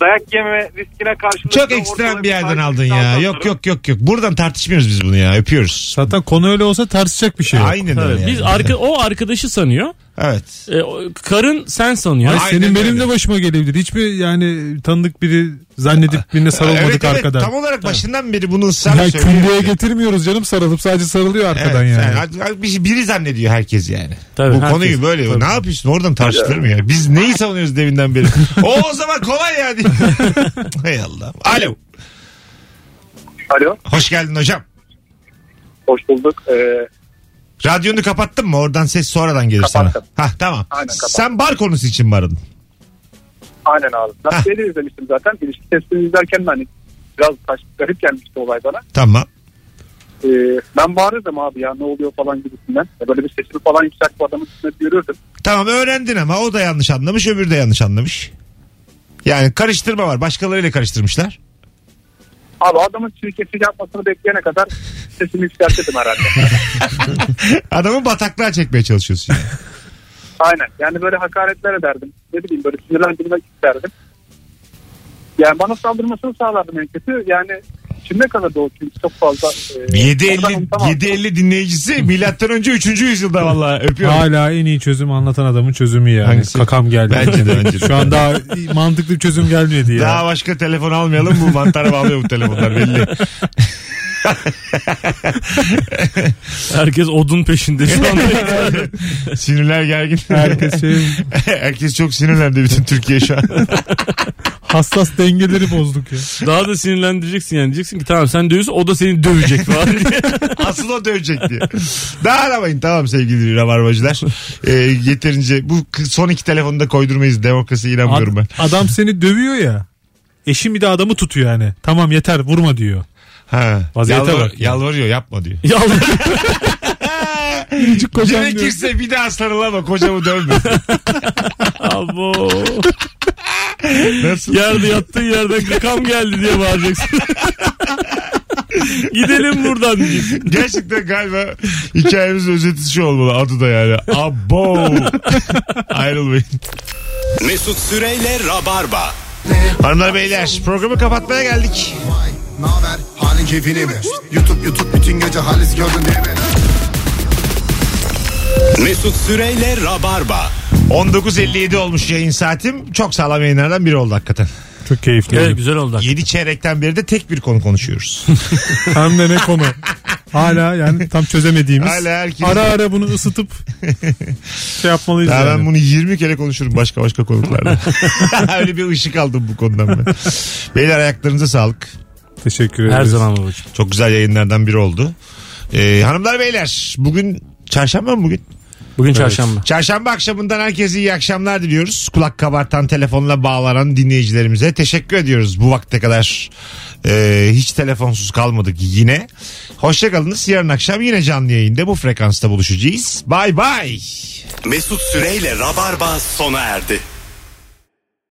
Speaker 8: Dayak yeme riskine karşılık.
Speaker 2: Çok
Speaker 8: da
Speaker 2: ekstrem
Speaker 8: ortalığı
Speaker 2: bir yerden
Speaker 8: taciz
Speaker 2: aldın ya.
Speaker 8: altına
Speaker 2: Yok
Speaker 8: alırım.
Speaker 2: yok yok yok. Buradan tartışmıyoruz biz bunu ya. Öpüyoruz.
Speaker 3: Zaten konu öyle olsa tartışacak bir şey yok.
Speaker 2: Aynen
Speaker 4: Tabii,
Speaker 2: öyle. yani.
Speaker 4: Biz arka, o arkadaşı sanıyor.
Speaker 2: Evet.
Speaker 4: E, o- karın sen sanıyor.
Speaker 3: Ay,
Speaker 2: Aynen
Speaker 3: senin benim
Speaker 2: öyle.
Speaker 3: de başıma gelebilir. Hiçbir yani tanıdık biri zannedip birine sarılmadık
Speaker 2: evet, evet.
Speaker 3: arkadan.
Speaker 2: Tam olarak başından beri bunu ısrarla
Speaker 3: Ya
Speaker 2: söylüyor.
Speaker 3: kündeye getirmiyoruz canım sarılıp sadece sarılıyor
Speaker 2: Evet,
Speaker 3: arkadan yani.
Speaker 2: yani. bir- şey- Biri zannediyor herkes yani.
Speaker 4: Tabii,
Speaker 2: Bu
Speaker 4: herkes.
Speaker 2: konuyu böyle. Ne yapıyorsun oradan tartışılır mı ya? Biz neyi savunuyoruz devinden beri? o o zaman kolay ya diye. Hay Allah. Alo.
Speaker 7: Alo
Speaker 2: Hoş geldin hocam.
Speaker 7: hoş bulduk. Ee,
Speaker 2: Radyonu kapattın mı? Oradan ses sonradan gelir
Speaker 7: Kapattım.
Speaker 2: sana. Hah tamam.
Speaker 7: Aynen, kapattım.
Speaker 2: Sen bar konusu için mi aradın?
Speaker 7: aynen abi. Ben
Speaker 2: Heh.
Speaker 7: şeyleri izlemiştim zaten. İlişki testini izlerken de hani biraz taş, garip gelmişti olay bana.
Speaker 2: Tamam.
Speaker 7: Ee, ben bağırırdım abi ya ne oluyor falan gibisinden. Ya Böyle bir sesimi falan yüksek bu adamın üstüne görürdüm.
Speaker 2: Tamam öğrendin ama o da yanlış anlamış öbürü de yanlış anlamış. Yani karıştırma var. Başkalarıyla karıştırmışlar.
Speaker 7: Abi adamın çirkeflik yapmasını bekleyene kadar sesimi yükseltirdim herhalde.
Speaker 2: Adamı bataklığa çekmeye çalışıyorsun. yani.
Speaker 7: Aynen. Yani böyle hakaretler ederdim. Ne bileyim böyle sinirlendirmek isterdim. Yani bana saldırmasını sağlardım en kötü. Yani içimde kalırdı o çünkü çok fazla. E,
Speaker 2: 750
Speaker 7: ondan unutamam.
Speaker 2: 750 dinleyicisi milattan önce 3. yüzyılda vallahi öpüyorum.
Speaker 3: Hala en iyi çözümü anlatan adamın çözümü yani.
Speaker 2: Hangisi?
Speaker 3: Kakam geldi.
Speaker 2: Bence de, bence de.
Speaker 3: Şu an daha mantıklı bir çözüm gelmedi ya.
Speaker 2: Daha başka telefon almayalım bu mantara bağlıyor bu telefonlar belli.
Speaker 4: Herkes odun peşinde şu anda.
Speaker 2: Sinirler gergin.
Speaker 3: Herkes şey
Speaker 2: Herkes çok sinirlendi bütün Türkiye şu an.
Speaker 3: hassas dengeleri bozduk ya.
Speaker 4: Daha da sinirlendireceksin yani. Diyeceksin ki tamam sen dövüyorsun o da seni dövecek falan diye.
Speaker 2: Asıl o dövecek diye. Daha aramayın tamam sevgili rabarbacılar. Ee, yeterince bu son iki telefonu da koydurmayız. Demokrasiye inanmıyorum ben.
Speaker 3: Ad- adam seni dövüyor ya. Eşim bir de adamı tutuyor yani. Tamam yeter vurma diyor.
Speaker 2: Ha.
Speaker 3: Vaziyete
Speaker 2: Yalvar-
Speaker 3: bak ya.
Speaker 2: Yalvarıyor yapma diyor.
Speaker 4: Yalvarıyor.
Speaker 3: Biricik kocam diyor.
Speaker 2: Gerekirse bir daha sarılama kocamı dövme.
Speaker 4: Abo.
Speaker 2: Nasıl?
Speaker 4: Yerde yattığın yerden kakam geldi diye bağıracaksın. Gidelim buradan diyeceksin.
Speaker 2: Gerçekten galiba hikayemizin özeti şu olmalı adı da yani. Abo. Ayrılmayın.
Speaker 1: Mesut Süreyle Rabarba.
Speaker 2: Hanımlar beyler programı kapatmaya geldik.
Speaker 9: Vay, naber? Halin keyfini mi? YouTube YouTube bütün gece halis gördün değil mi?
Speaker 1: Mesut Süreyle Rabarba.
Speaker 2: 19.57 olmuş yayın saatim. Çok sağlam yayınlardan biri oldu hakikaten.
Speaker 3: Çok keyifli.
Speaker 4: Evet güzel oldu.
Speaker 2: 7 çeyrekten beri de tek bir konu konuşuyoruz.
Speaker 3: Hem de ne konu. Hala yani tam çözemediğimiz.
Speaker 2: Hala herkes-
Speaker 3: Ara ara bunu ısıtıp şey yapmalıyız
Speaker 2: Daha ben
Speaker 3: yani.
Speaker 2: bunu 20 kere konuşurum başka başka konuklarda. Öyle bir ışık aldım bu konudan ben. Beyler ayaklarınıza sağlık.
Speaker 3: Teşekkür ederiz.
Speaker 4: Her zaman babacığım.
Speaker 2: Çok güzel yayınlardan biri oldu. Ee, hanımlar beyler bugün çarşamba mı bugün?
Speaker 4: Bugün çarşamba.
Speaker 2: Çarşamba akşamından herkese iyi akşamlar diliyoruz. Kulak kabartan telefonla bağlanan dinleyicilerimize teşekkür ediyoruz bu vakte kadar. Ee, hiç telefonsuz kalmadık yine. Hoşçakalınız. Yarın akşam yine canlı yayında bu frekansta buluşacağız. Bay bay.
Speaker 1: Mesut Süreyle Rabarba sona erdi.